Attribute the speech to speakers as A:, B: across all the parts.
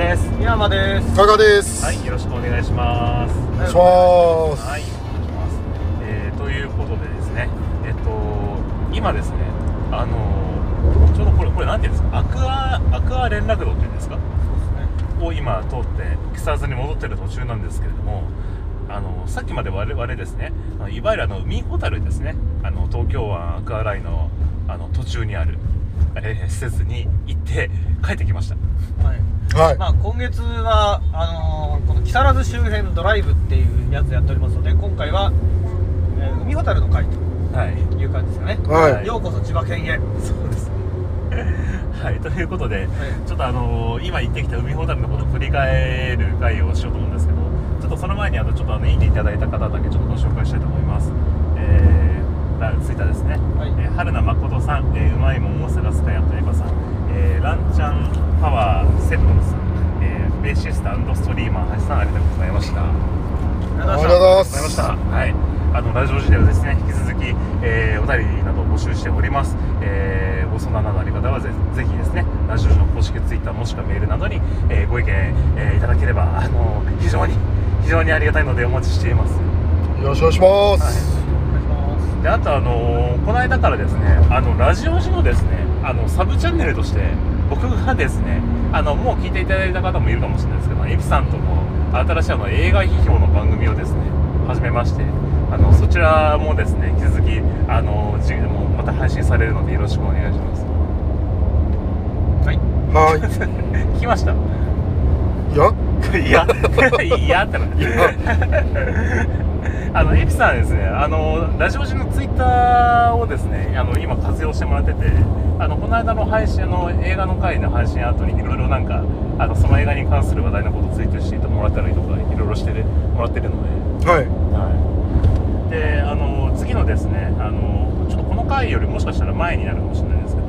A: マです。
B: ガガです。
C: はい、よろしくお願いします。
B: お願いします。
C: はい、お願いします。えーということでですね、えっ、と今ですね、あのーちょうどこれこれなんていうんですか、アクアアクア連絡道っていうんですか、を今通って木更津に戻ってる途中なんですけれども。あのさっきまで我々ですねあのいわゆるあの海ホタルですねあの東京湾アクアラインのあの途中にある、えー施設に行って帰ってきました
A: はい。
B: はい。
A: まあ今月はあのーこの木更津周辺ドライブっていうやつやっておりますので、今回は、えー海ほたるの会と
C: はい
A: いう感じですよね。
B: は。
C: はい
A: ようこそ千葉県へ。
C: そうですね。はい、ということで、ちょっとあの今行ってきた海ほたるのことを振り返る会をしようと思うんですけど、ちょっとその前にあのちょっとあのいいねいただいた方だけちょっとご紹介したいと思います。えー、ラツイッターですね。
A: はい
C: えー春名誠さん、えーうまいもんを探すかやとえばさん、えーランちゃんパワーセブンさん、えーベーシストストリーマー橋さんありがとうございました。
A: あり
B: あ
A: が
B: り
A: と
B: が
A: う
B: とう
A: ご
B: ご
A: ざい
B: ざい
A: ま
B: ま
C: ありまし
B: す。
C: た。はい。あのラジオ時代はですね、引き続き、えーお便りなどを募集しております。えー、ご相談などあり方はぜぜひですね、ラジオの公式ツイッターもしくはメールなどに、えーご意見、えーいただければあの非常に非常にありがたいのでお待ちしています。
B: よろしくお願いします。
A: ます。
C: であとあのこの間からですねあのラジオ時のですねあのサブチャンネルとして僕がですねあのもう聞いていただいた方もいるかもしれないですけどイプさんとの新しいあの映画批評の番組をですね始めましてあのそちらもですね引き続きあの次もまた配信されるのでよろしくお願いします
A: はい。
B: は
C: 聞きました
B: い。いや、
C: いや、いやってな。あの、エピさんですね、あの、ラジオ時のツイッターをですね、あの、今活用してもらってて、あの、この間の配信、あの、映画の回の配信後にいろいろなんか、あの、その映画に関する話題のことをツイートしてもらったりとか、いろいろしてるもらってるので、
B: は
C: はい、であの次のですねあのちょっとこの回よりもしかしたら前になるかもしれないですけど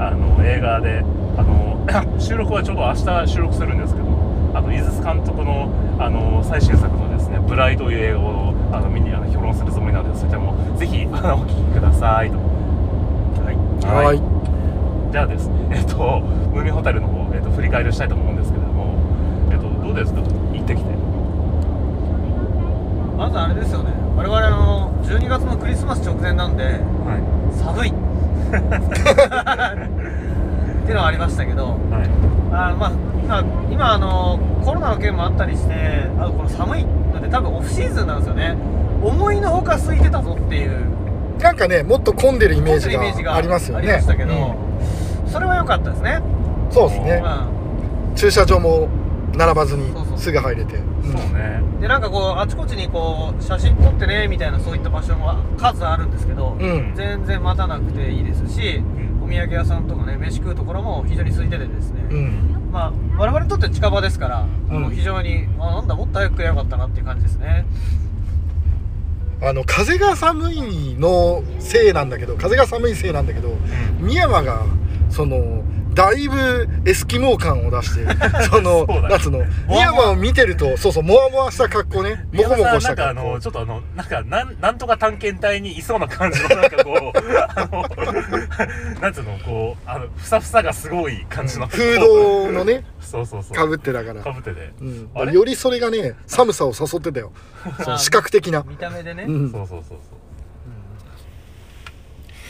C: あの映画であの 収録はちょうど明日収録するんですけどあの井筒監督のあの最新作のですね「ブライ」という映画をあの見にあの評論するつもりなのでそちらもぜひあのお聴きくださいと。
B: い。はい。はい。
C: じゃあですね、えっと、ムーミンホタルの方、えっと、振り返りをしたいと思うんですけれども、えっと、どうですか行ってきて。
A: まずあれですよね。我々あの12月のクリスマス直前なんで
C: はい。
A: 寒い。ってのはありましたけど。
C: はい。
A: あーまあ、今今あのコロナの件もあったりしてあとこの寒いので多分オフシーズンなんですよね思いのほか空いてたぞっていう
B: なんかね、もっと混んでるイメージ
A: イメージが
B: がありますよね。
A: ありましたけど、それは良かったですね、
B: うんそうですね。
A: う
B: 駐車場も並ばずに
A: そうそう
B: すぐ入れて。うん
C: そうね。
A: ん、でなんかこうあちこちにこう写真撮ってねみたいなそういった場所も数あるんですけど、
B: うん。
A: 全然待たなくていいですし、
C: ん
A: お土産屋さんとかね飯食うところも非常に空いててですね、
B: うん。
A: まあ、我々にとって近場ですから、
B: うん
A: あの非常にあなんだもっと早く食えばよかったなっていう感じですね
B: あの風が寒いのせいなんだけど、風が寒いせいなんだけど、深山がその。だいぶエスキモー感を出してそ
C: そ
B: の
C: うだね
B: なんつうの深山を見てるとそうそうもわもわした格好ねもこもこし
C: なん
B: た
C: かあ
B: 格好
C: のちょっとあのなんかなんなんとか探検隊にいそうな感じのなんかこうあの なんつうのこうあのふさふさがすごい感じの
B: フードの ね
C: そうそうそう
B: かぶってだから
C: かぶってて、
B: うん
C: あれ
B: よりそれがね寒さを誘ってたよそ
A: あ
B: う
A: ー
B: 視覚的な、
A: 見た目でね、
B: うん、
C: そうそうそうそう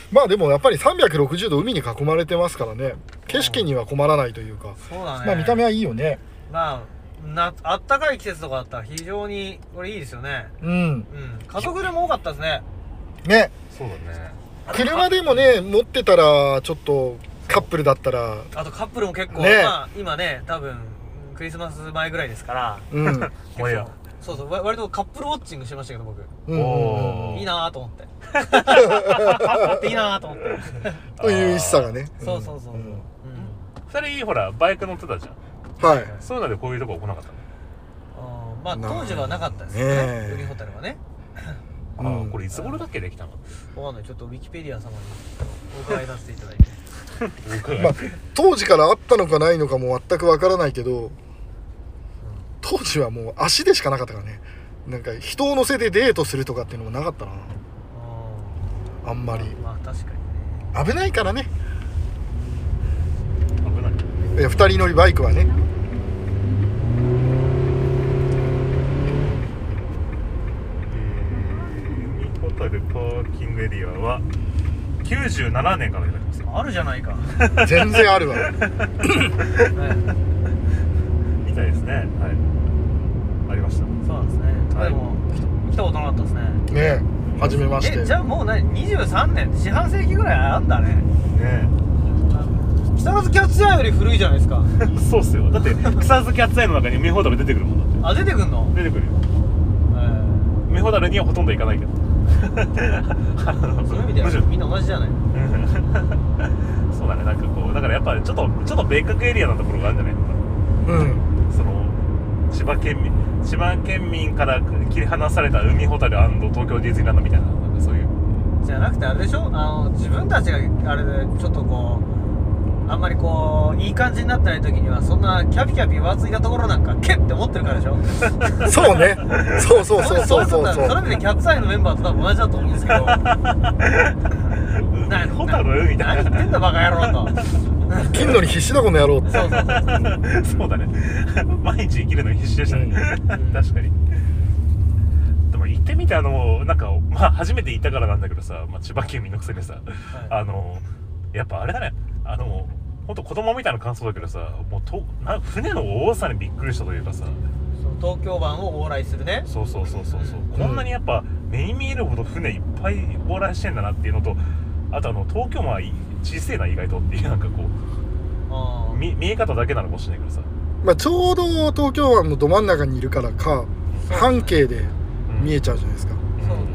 B: まあでもやっぱり360度海に囲まれてますからね景色には困らないというか、
A: そうだね
B: まあ見た目はいいよね
A: まあなあったかい季節とかだったら非常にこれいいですよね
B: うん
A: うん家族でも多かったですね
B: ね
C: そうだね
B: 車でもね持ってたらちょっとカップルだったら
A: あとカップルも結構、
B: ね
A: まあ、今ね多分クリスマス前ぐらいですから
B: うん、うん
A: 結構
C: おや
A: そうそうわ割とカップルウォッチングしてましたけど僕
B: うんうん
C: おー
A: いいなーと思って カップルっていいなーと思って
B: という一さがね
A: そうそうそうそう、うん
B: ん
C: 二人ほらバイク乗ってたじゃん
B: はい
C: そういうのでこういうとこ来なかったの、
A: あーまあ
B: な
A: 当時はなかったですよね
B: ねえ
A: 海ホタルはね
C: あ
B: う
C: ー
B: ん
C: これいつ頃だっけできたの
A: わかんないちょっとウィキペディア様にお伺いさせて いただいて
B: まあ当時からあったのかないのかも全くわからないけど当時はもう足でしかなかったからねなんか人を乗せてデートするとかっていうのもなかったなあん
A: あ
B: まり
A: まあ確かにね
B: 危ないからね
C: 危ない
B: いや2人乗りバイクはね
A: あ
C: たるパーキングエリアは97年からやりますよ
A: あるじゃない か、
B: 全然ある わ
A: はい
C: みたいですねはいありました
A: そうなんですね、
C: はい
A: でも来たことなかったですね
B: ねえ初めまして
A: えじゃあもう何23年四半世紀ぐらいあんだね
C: ね
A: 木更津キャッツアイより古いじゃない ですか
C: えそうっすよだって草津キャッツアイの中に梅ホタル出てくるもんだっ
A: あ出てくんの
C: て出てくるよ
A: えー
C: 梅ホタルにはほとんど行かないけど
A: そういう意味で
C: むし
A: は
C: ろ
A: みんな同じじゃない
C: うん そうだねなんかこうだからやっぱちょっとちょっと別格エリアなところがあるんじゃないのかな
B: うん
C: その千葉県民千葉県民から切り離された海ホタル東京ディズニーランドみたいななんかそういう
A: じゃなくてあれでしょあの自分たちがあれでちょっとこうあんまりこういい感じになってない時にはそんなキャピキャピわついたところなんかけって思ってるからでしょ
B: そうねそうそうそう そうそう
A: れ
B: そ
A: それ
B: う
A: でキャッツアイのメンバーと多分同じだと思うんですけどなな
C: 海ホタルみたい
A: 何言ってんだバカ野郎と
B: 金のに必死だこの野郎って
A: そうそうそう
C: な そうだね毎日生きるのに必死でしたね、
A: ん
C: 確かにでも行ってみてあのなんか、まあ、初めて行ったからなんだけどさ、まあ、千葉県民のくせにさ、あのやっぱあれだねあのほんと子供みたいな感想だけどさもうとな船の多さにびっくりしたというかさ
A: その東京湾を往来するね
C: そうそうそうそうそう、
B: ん
C: こんなにやっぱ目に見えるほど船いっぱい往来してんだなっていうのとあとあの東京もはい小さいな意外とっていうなんかこ
A: あ
C: う見見え方だけなのかもしれないけどさ、
B: まあちょうど東京湾のど真ん中にいるからか半径で
C: うん
B: 見えちゃうじゃないですか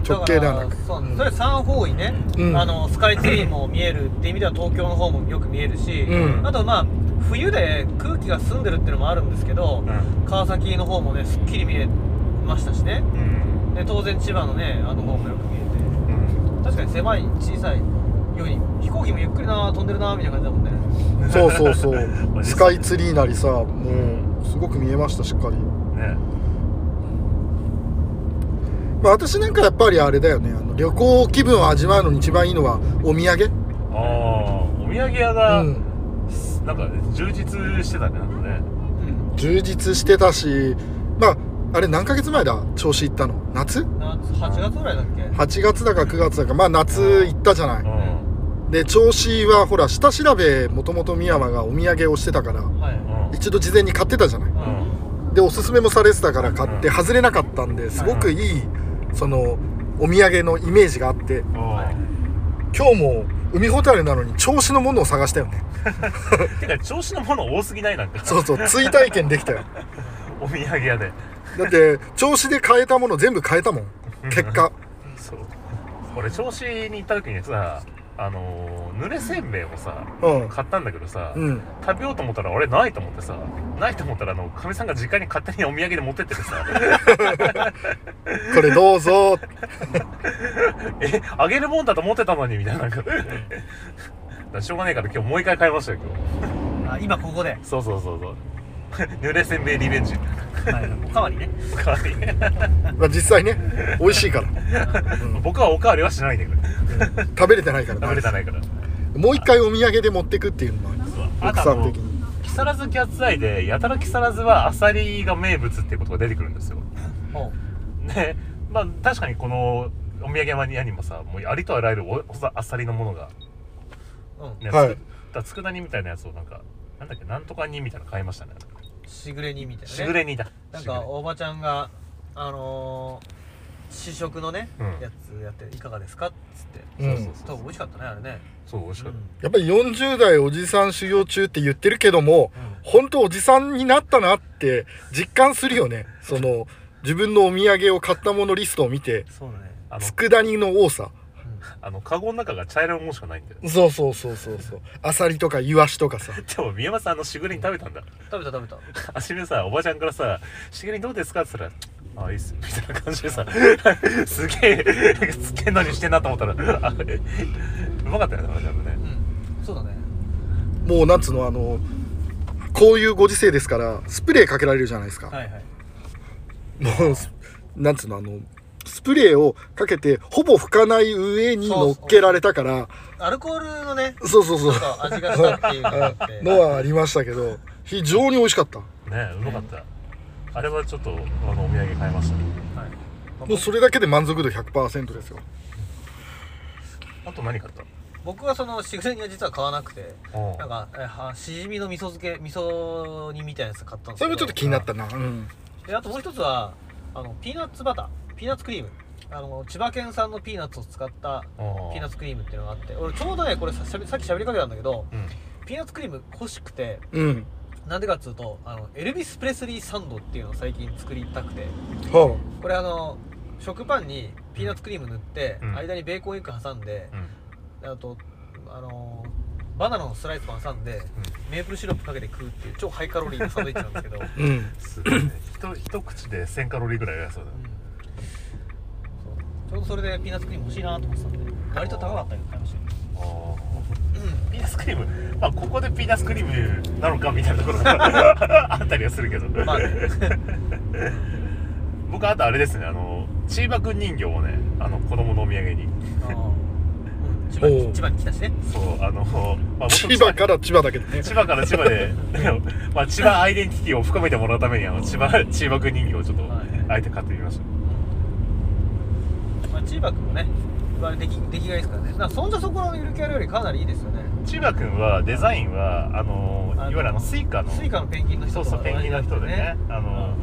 A: ー
B: 直径ではなく
A: だからそう
B: うん
A: それ三方位ね、
B: うん
A: あのスカイツリーも見えるって意味では東京の方もよく見えるし、
B: うん
A: あとまあ冬で空気が澄んでるっていうのもあるんですけど、
C: うん
A: 川崎の方もねすっきり見えましたしね
C: うん
A: で当然千葉のねあの方もよく見え
C: うん
A: て確かに狭い小さいように飛行機もゆっくりな飛んでるなみたいな感じだもんね
B: そうそうそう スカイツリーなりさもうすごく見えましたしっかり、
C: ね
B: まあ、私なんかやっぱりあれだよねあの旅行気分を味わうのに一番いいのはお土産
C: ああお土産屋が、
B: うん
C: なんか充実してたねなんかね
A: うん
B: 充実してたしまああれ何ヶ月前だ調子行ったの夏
A: 夏8月ぐらいだっけ
B: ?8 月だか9月だかまあ夏行ったじゃな
C: う
B: い
C: ん
B: で調子はほら下調べもともと宮山がお土産をしてたから
A: はい、
C: うん
B: 一度事前に買ってたじゃないう
C: うん
A: ん
B: でおすすめもされてたから買って
C: うん
B: 外れなかったんですごくいいそのお土産のイメージがあって
C: あ
B: 今日も海ホタルなのに調子のものを探したよ ね
C: ーてか調子のもの多すぎないなんか
B: そうそう追体験できたよ
C: お土産屋で
B: だって調子で買えたもの全部買えたもん結果
C: そう俺調子に行った時にさあのー濡れせんべいをさ
B: うん
C: 買ったんだけどさ、
B: うん
C: 食べようと思ったらあれないと思ってさないと思ったらあのかみさんが実家に勝手にお土産で持ってってて さ
B: これどうぞ
C: えあげるもんだと思ってたのにみたいななんかだからしょうがねえから今日もう一回買いましたよ今日
A: あ今ここで、
C: そうそうそうそう 濡れせんべいリベンジ
A: はい、おかわりね
C: かわいい
B: まあ実際ね美味しいから
C: 僕はおかわりはしないんだけど
B: 食べれてないから
C: 食べれてないから
B: もう一回お土産で持ってくっていうのもあります
C: あ
B: 奥
C: と
B: さ
C: あ
B: ん
C: の
B: 的に
C: 木更津キャッツアイでやたら木更津はアサリが名物っていうことが出てくるんですよ
A: おう
C: でまあ確かにこのお土産マニアにもさもうありとあらゆるおおさあっさりのものが、
A: うん
C: ね
B: はい
C: つくだ佃煮みたいなやつをなんかなんだっけなんとか煮みたいなの買いましたね
A: しぐれ煮みたいなね
C: しぐれ煮だ
A: なん
C: しぐれ
A: か
C: 煮
A: おばちゃんがあのー、試食のね、
C: うん
A: やつやっていかがですかっつって
B: うん
C: そうそうそ
A: 多分美
C: う
A: 味しかったねあれね
C: そう美味しかった、
B: やっぱり40代おじさん修行中って言ってるけども本当おじさんになったなって実感するよねその自分のお土産を買ったものリストを見て
A: そうだね
C: あの
B: 佃煮の多さ
C: あのカゴの中が茶色いものしかないんだよ
B: そうそうそうそうそうアサリとかイワシとかさ
C: でも宮本さんあのしぐれ煮食べたんだ
A: 食べた食べた
C: 初めさおばちゃんからさ「しげりどうですか?」っつったら「あいいっす」みたいな感じでさすげえなんかすっげえ何してんなと思ったらあうまかったよねおばちゃんもね
A: うんそうだね
B: もうなんつうのあのこういうご時世ですからスプレーかけられるじゃないですか、
A: はいはい
B: もうすなんつうのあのスプレーをかけてほぼ拭かない上に乗っけられたから
A: アルコールのね
B: そうそうそう
A: ちょっと味がしたっていうのがあって
B: のはありましたけど非常に美味しかった
C: ねうまかったあれはちょっとあのお土産買いましたね
A: はい
B: もうそれだけで満足度100%ですよ
C: うあと何買った
A: 僕はそのシグレニは実は買わなくて
C: の
A: なんかえはしじみの味噌漬け味噌煮みたいなやつ買ったんです
B: そ
A: け
B: れも
A: ど
B: ちょっと気になったなうん
A: であともう一つはあのピーナッツバターピーナッツクリームあの千葉県産のピーナッツを使ったピーナッツクリームっていうのがあって俺ちょうどねこれさしゃべさっき喋りかけたんだけど
C: うん
A: ピーナッツクリーム欲しくて
B: うん
A: なんでかっつうとあのエルビス・プレスリーサンドっていうのを最近作りたくて
B: は
A: これあの食パンにピーナッツクリーム塗って、
C: うん
A: 間にベーコンエッグ挟んで
C: う、ん
A: あとあのバナナのスライスも挟んで、メープルシロップかけて食うっていう超ハイカロリーなサンドイッチなん ですけど、うん
B: あうん
C: すごいねひと一口で1000カロリーぐらいありそうだね
A: そうちょうどそれでピーナッツクリーム欲しいなと思ってたんで割と高かったけど買いました
C: ピーナッツクリームまあここでピーナッツクリームなのかみたいなところが あったりはするけど
A: まあね
C: 僕あとあれですねあのチーバくん人形をねあの子供のお土産に
A: あーうん千
B: お
A: 葉
B: う
A: 千葉に来たしね
C: そうあの、まあ、僕
B: 千葉から千葉だけどね
C: 千葉から千葉で、 まあ、千葉アイデンティティを深めてもらうためにあの千葉千葉くん人形をちょっと
A: はい
C: あえて買ってみました
A: まあ、チーバくんもね割と出来出来がいいですからねなんかそんじゃそこのゆるキャラよりかなりいいですよね
C: 千葉くんはデザインはあのい
A: あの
C: わゆるあのスイカの
A: スイカのペンギンの
C: そ
A: 人
C: う
A: と
C: そ
A: か
C: うペンギンの人でねあの、うん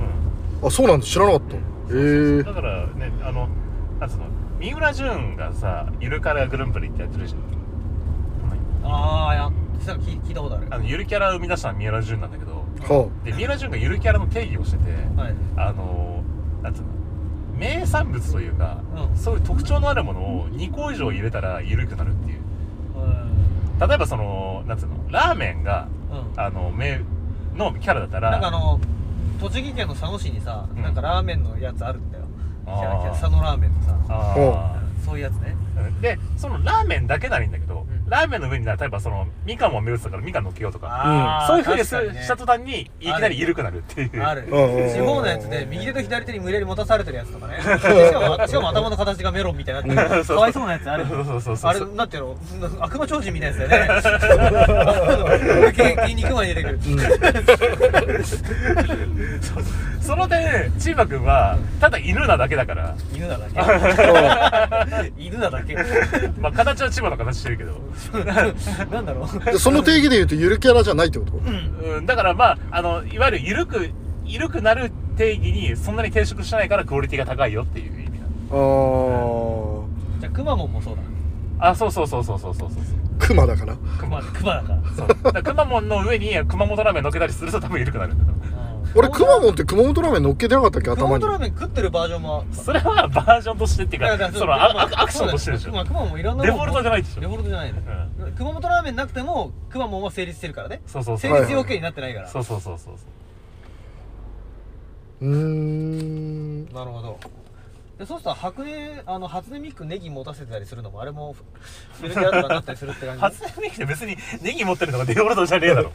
B: あそうなんだ知らなかったへえ
C: だからねあのなんつうの三浦淳がさゆるキャラグルンプリってやってるじゃん
A: ああやっさっき聞いたことある
C: あのゆるキャラを生み出したのは三浦淳なんだけど
B: は
C: で三浦淳がゆるキャラの定義をしてて
A: はい
C: あのなんつうの名産物というか、
A: うん
C: そういう特徴のあるものを2個以上入れたらゆるくなるっていう例えばそのなんつうのラーメンが
A: うん
C: あの名のキャラだったら
A: なんかあの栃木県の佐野市にさ
C: うん
A: なんかラーメンのやつあるんだよキ
C: あ
A: ャ
C: ー
A: ラキャラ佐野ラーメンのさ
C: あー
B: お
A: そういうやつね
C: でそのラーメンだけならいいんだけど、
A: うん
C: ラーメンの上に例えばそのみかんも名物だからみかんのっけようとか
A: あー
C: そういうふうに
A: 確かね
C: した途端にいきなり緩くなるっていう
A: ある
B: うんうんうん
A: 地方のやつで右手と左手に無理やり持たされてるやつとか ねしかもしかも頭の形がメロンみたいになってるかわいそうなやつある
C: そうそうそうそう
A: あれなんていうの悪魔超人みたいですよね筋筋肉マンに出てくる
C: その点チーバくんはただ犬なだけだから、
A: 犬なだ け犬なだけ
C: まあ、形は千葉の形してるけど、
A: なんだろう
B: あでその定義で言うとゆるキャラじゃないってこと
C: うん、だからまああのいわゆる緩く緩くなる定義にそんなに抵触してないからクオリティが高いよっていう意味なの
B: あ
A: じゃあくまモンもそうだ
C: あそうそうそうそうそうそうそう
B: あ熊だから
A: くまくまだから
C: そうだからくまモンの上に熊本ラーメン乗っけたりすると多分緩くなるんだろう
B: 俺くまモンって熊本ラーメン乗っけてなかったっけ
A: 熊
B: 頭
A: 本
B: に
A: ラーメン食ってるバージョンも
C: それはバージョンとしてっていう
A: だ
C: か
A: から
C: その
A: ま
C: ア
A: あ
C: アアクションとしてるでし
A: ま
C: ょ
A: あくまモンもいろんな
C: デフォルトじゃ
A: な
C: な
A: い
C: いでし
A: デ
C: ょ
A: フォルトじゃないの熊本ラーメンなくてもくまモンは成立してるからね
C: そうそうそ
A: 成
C: う
B: はい
A: 立要件になってないから
C: そうそうそうそうそう
B: うーん
A: なるほどでそうすると白根あの初音ミックネギ持たせてたりするのもあれもゆるキャラとかになったりするって感じ
C: 初音ミクって別にネギ持ってるのがデフォルトじゃねえ だろ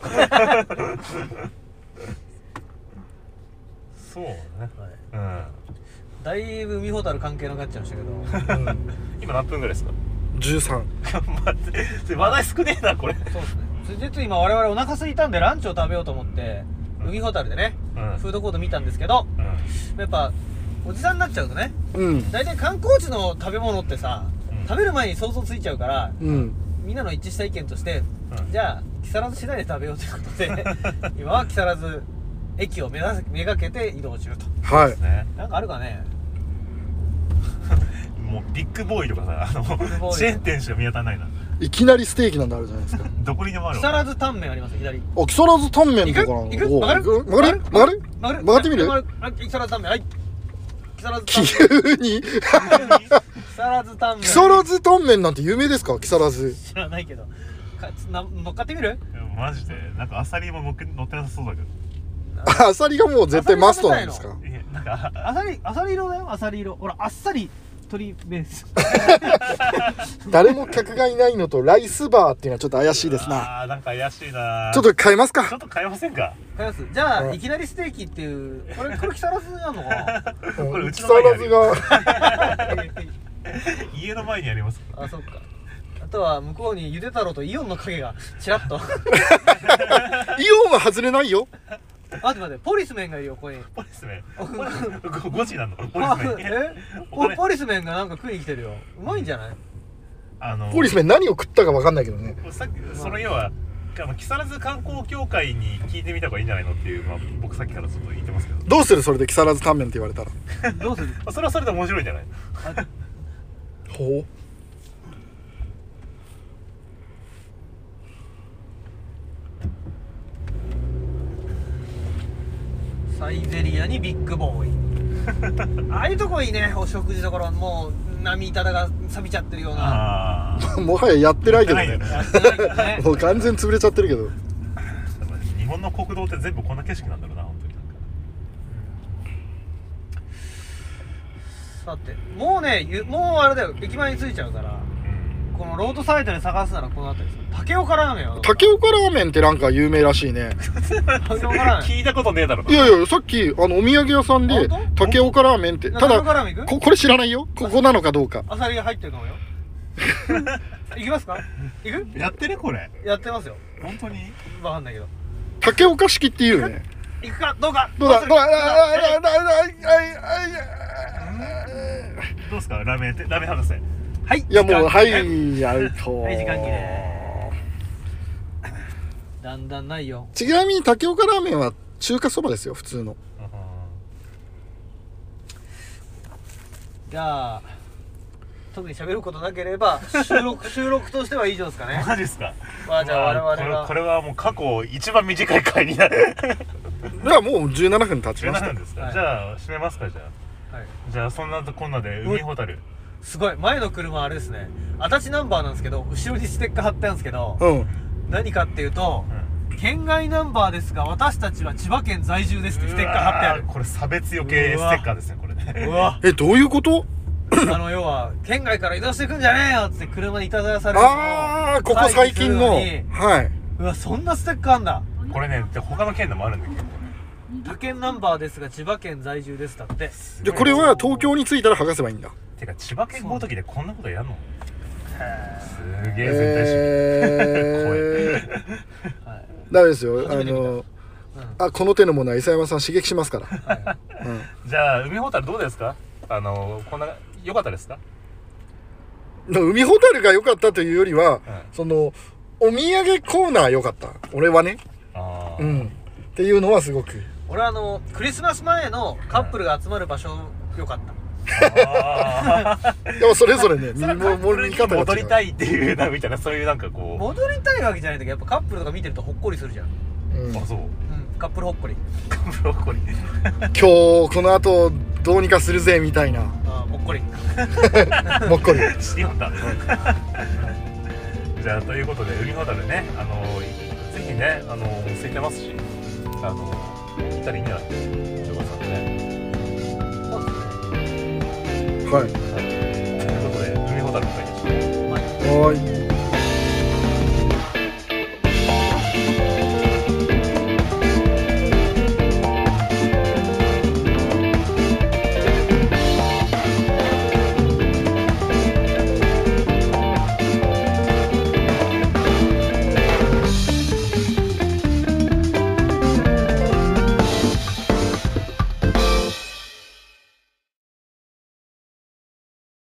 C: そうね
A: はい
C: うん
A: だいぶ海ほたる関係なくなっちゃいましたけど
C: 今何分ぐらいですか
B: 13
C: 待って話題少ねえなこれ
A: そうですねそれで実は今我々お腹空いたんでランチを食べようと思って
C: うん
A: 海ほたるでね、
C: うん
A: フードコート見たんですけど
C: うん
A: やっぱおじさんになっちゃうとね
B: うん
A: 大体観光地の食べ物ってさ、
C: うん
A: 食べる前に想像ついちゃうから
B: うん
A: みんなの一致した意見として、
C: うん
A: じゃあ木更津市内で食べようということで 今は木更津駅を目指せめがけて移動中と
B: はい
C: ね
A: なんかあるかね
C: もうビッグボーイとかさあ
A: グボ
C: の
A: ーイ
C: チェーン店しか見当たらないない
B: きなりステーキなんてあるじゃない ですか
C: どこにでもあ
A: 木
C: るわ
A: 更津タンメンあります左
B: あ、木更津タンメンとかなの
A: 行く行く曲がる
B: 曲がる曲がる
A: 曲がる
B: 曲がってみる
A: 曲がるあ木更津タンメンはい木更津タンメン
B: 急に
A: 木更津タンメン
B: 木更津タンメンなんて有名ですか木更津
A: 知らないけどかな乗っかってみる
C: いやマジでなんかアサリも乗っけ乗ってなさそうだけど
B: あさりがもう絶対マストなんですか
C: いやなんか
A: あさりあさり色だよあさり色ほらあっさり鶏ベ ース
B: 誰も客がいないのとライスバーっていうのはちょっと怪しいですな
C: ああーなんか怪しいな
B: ちょっと変えます
C: ちょ
B: か
C: っと変えませんか
A: 買いますじゃ
B: う
A: あ
B: ん
A: いきなりステーキっていうこれこれ木更津なのかな
B: 木
C: これうちの前
B: 更
C: に
B: 津が
C: 家の前にあります
A: あそっかあとは向こうにゆで太郎とイオンの影がちら っと待
B: イオンは外れないよ
A: って待ってポリスメンがいるよここに
C: ポリスメ ン5時なのポリ
A: あ
C: スメン
A: えおポリスメンがなんか食いに来てるようまいんじゃない
C: あの
B: ポリスメン何を食ったか分かんないけどね
C: さっきその要はあの木更津観光協会に聞いてみた方がいいんじゃないのっていう、まあ、僕さっきからずっと言ってますけど、ま
B: どうするそれで木更津タンメンって言われたら
A: どうする
C: あ、それはそれで面白いんじゃない
B: ほう
A: サイゼリアにビッグボ ーイああいうとこいいねお食事どころもう波板が錆びちゃってるような
C: ああ
B: もはややってないけどね
A: やってないけどね
B: もう完全潰れちゃってるけど
C: 日本の国道って全部こんな景色なんだろうな本当になんか
A: さてもうねゆもうあれだよ駅前に着いちゃうから
C: うん
A: このロードサイドで探すならこの辺りです竹岡ラーメンはどうだ
B: 竹岡ラーメンってなんか有名らしいね
A: 竹岡ラーメン
C: 聞いたことねえだろうない
B: やいやさっきあのお土産屋さんで
A: 本当
B: 竹岡ラーメンって
A: な
B: た
A: 竹岡ラーメン
B: だ
A: 行く
B: ここれ知らないよここなのかどうか
A: アサリが入ってるか もよ行きますか行
C: やってるこれ
A: くやってますよ
C: 本当に
A: わかんないけど
B: 竹岡式っていうね
A: 行くかどうか
B: どうだどうだ
A: どうする
B: どうだどうだどうだあいあいあい
C: どうですかラーメンってラーメン博士
A: はい
B: いやもうは
A: 時間切れ
B: いアウト
A: はい時間切れだんだんないよ
B: ちなみに竹岡ラーメンは中華そばですよ普通の
A: じゃあ特に喋ることなければ収 録収録としては以上ですかね
C: マジっすか
A: まあじゃあ
C: ま
A: 我々は
C: これこれはもう過去一番短い回になる
B: いやもう17分経ちま
C: 17
B: した
C: 分ですか、
A: はい
C: じゃあ締めますかじゃあ
A: はい
C: じゃあそんなとこんなで海ほたる
A: すごい前の車あれですね足立ナンバーなんですけど後ろにステッカー貼ってあるんですけど
B: うん
A: 何かっていうと県外ナンバーですが私たちは千葉県在住ですってステッカー貼ってある
C: これ差別余計ステッカーですねこれね
A: うわ
B: えどういうこと
A: あの要は県外から移動してくんじゃねえよっつって車にいたずらされるのを
B: ああここ最近の
A: 回避するに
B: はいう
A: わそんなステッカーあんだ
C: これねで他の県でもあるんだけど
A: 他県ナンバーですが千葉県在住ですだって
B: でこれは東京に着いたら剥がせばいいんだ
C: てか千葉県ごときでこんなことやんのすげえ全体主義、
B: えー
A: はい
B: ダメですよあ
A: 初めて見た
B: のあこの手のものは伊佐山さん刺激しますから、うん
C: じゃあ海ほたるどうですかあのこんな良かったですか
B: でも海ほたるが良かったというよりは、
C: ん
B: そのお土産コーナー良かった俺はね
C: ああ、
B: うんっていうのはすごく
A: 俺はあのクリスマス前のカップルが集まる場所よかった
C: あー
B: でもそれぞれね 見
C: それは
B: も見方が違う
C: 戻りたいっていうなみたいなそういうなんかこ
A: 戻りたいわけじゃないんだけどやっぱカップルとか見てるとほっこりするじゃん、
B: うん
C: うあそう
A: うん、カップルほっこり
C: ブロッコリー
B: 今日この後どうにかするぜみたいな
A: あーほっこり
B: もっ こり
C: 知りまったじゃあということで海ほたるねあのぜひねあの空いてますしあの行ったらいいんじゃないジョバさんでね
B: はい
C: ということで海ほたるの会でした
B: はーい